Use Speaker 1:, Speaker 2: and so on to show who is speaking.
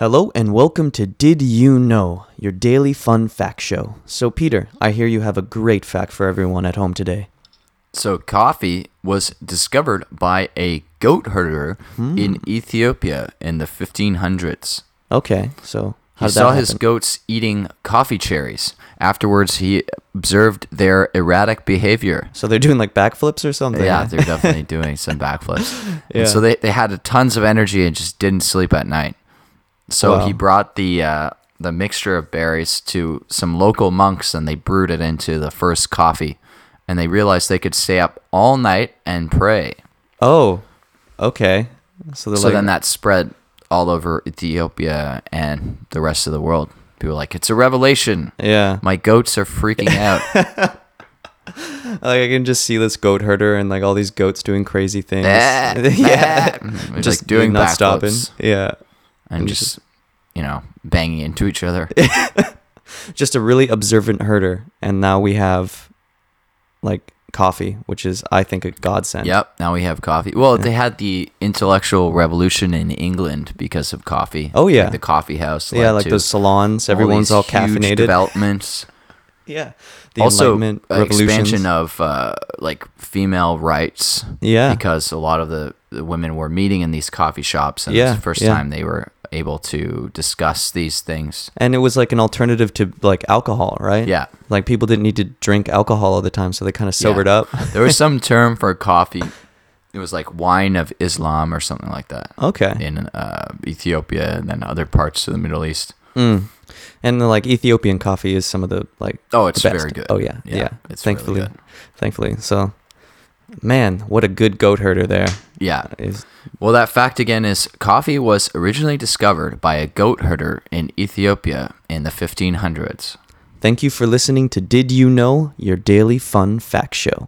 Speaker 1: Hello and welcome to Did You Know, your daily fun fact show. So, Peter, I hear you have a great fact for everyone at home today.
Speaker 2: So, coffee was discovered by a goat herder
Speaker 1: Hmm.
Speaker 2: in Ethiopia in the 1500s.
Speaker 1: Okay, so
Speaker 2: He
Speaker 1: how did that
Speaker 2: saw
Speaker 1: happen?
Speaker 2: his goats eating coffee cherries. Afterwards, he observed their erratic behavior.
Speaker 1: so they're doing like backflips or something?
Speaker 2: Yeah, they're definitely doing some backflips.
Speaker 1: Yeah.
Speaker 2: And so they, they had tons of energy and just didn't sleep at night. So
Speaker 1: Wow.
Speaker 2: he brought the uh, the mixture of berries to some local monks and they brewed it into the first coffee. And they realized they could stay up all night and pray.
Speaker 1: oh, okay. So they're
Speaker 2: So
Speaker 1: like,
Speaker 2: then that spread all over Ethiopia and the rest of the world. People were like, it's a revelation.
Speaker 1: yeah.
Speaker 2: My goats are freaking out.
Speaker 1: Like I can just see this goat herder and like all these goats doing crazy things.
Speaker 2: yeah.
Speaker 1: just
Speaker 2: Just doing
Speaker 1: not
Speaker 2: backflips
Speaker 1: stopping. Yeah.
Speaker 2: And just, you know, banging into each other.
Speaker 1: Just a really observant herder. And now we have like coffee, which is, I think, a godsend.
Speaker 2: Yep. Now we have coffee. Well, they had the intellectual revolution in England because of coffee.
Speaker 1: Oh, yeah.
Speaker 2: Like the coffee house.
Speaker 1: Yeah,
Speaker 2: led
Speaker 1: like
Speaker 2: to
Speaker 1: those salons.
Speaker 2: all
Speaker 1: Everyone's
Speaker 2: these
Speaker 1: all,
Speaker 2: huge
Speaker 1: caffeinated.
Speaker 2: Developments.
Speaker 1: Yeah. The
Speaker 2: also,
Speaker 1: Enlightenment
Speaker 2: uh, expansion
Speaker 1: revolutions.
Speaker 2: of uh, like female rights.
Speaker 1: Yeah.
Speaker 2: because a lot of the, the women were meeting in these coffee shops, and it
Speaker 1: Yeah,
Speaker 2: was the first
Speaker 1: yeah.
Speaker 2: time they were able to discuss these things.
Speaker 1: And it was like an alternative to like alcohol, right?
Speaker 2: Yeah.
Speaker 1: Like people didn't need to drink alcohol all the time, so they kind of sobered
Speaker 2: Yeah.
Speaker 1: up.
Speaker 2: there was some term for coffee. It was like wine of Islam or something like that
Speaker 1: Okay.
Speaker 2: in uh, Ethiopia and then other parts of the Middle East.
Speaker 1: Mm. And the, like Ethiopian coffee is some of the like
Speaker 2: Oh,
Speaker 1: the
Speaker 2: it's
Speaker 1: best.
Speaker 2: very good.
Speaker 1: Oh yeah. Yeah.
Speaker 2: Yeah, it's really
Speaker 1: thankfully.
Speaker 2: good.
Speaker 1: Thankfully. So man, what a good goat herder there
Speaker 2: Yeah.
Speaker 1: is.
Speaker 2: Well, that fact again is coffee was originally discovered by a goat herder in Ethiopia in the 1500s.
Speaker 1: Thank you for listening to Did You Know, your daily fun fact show.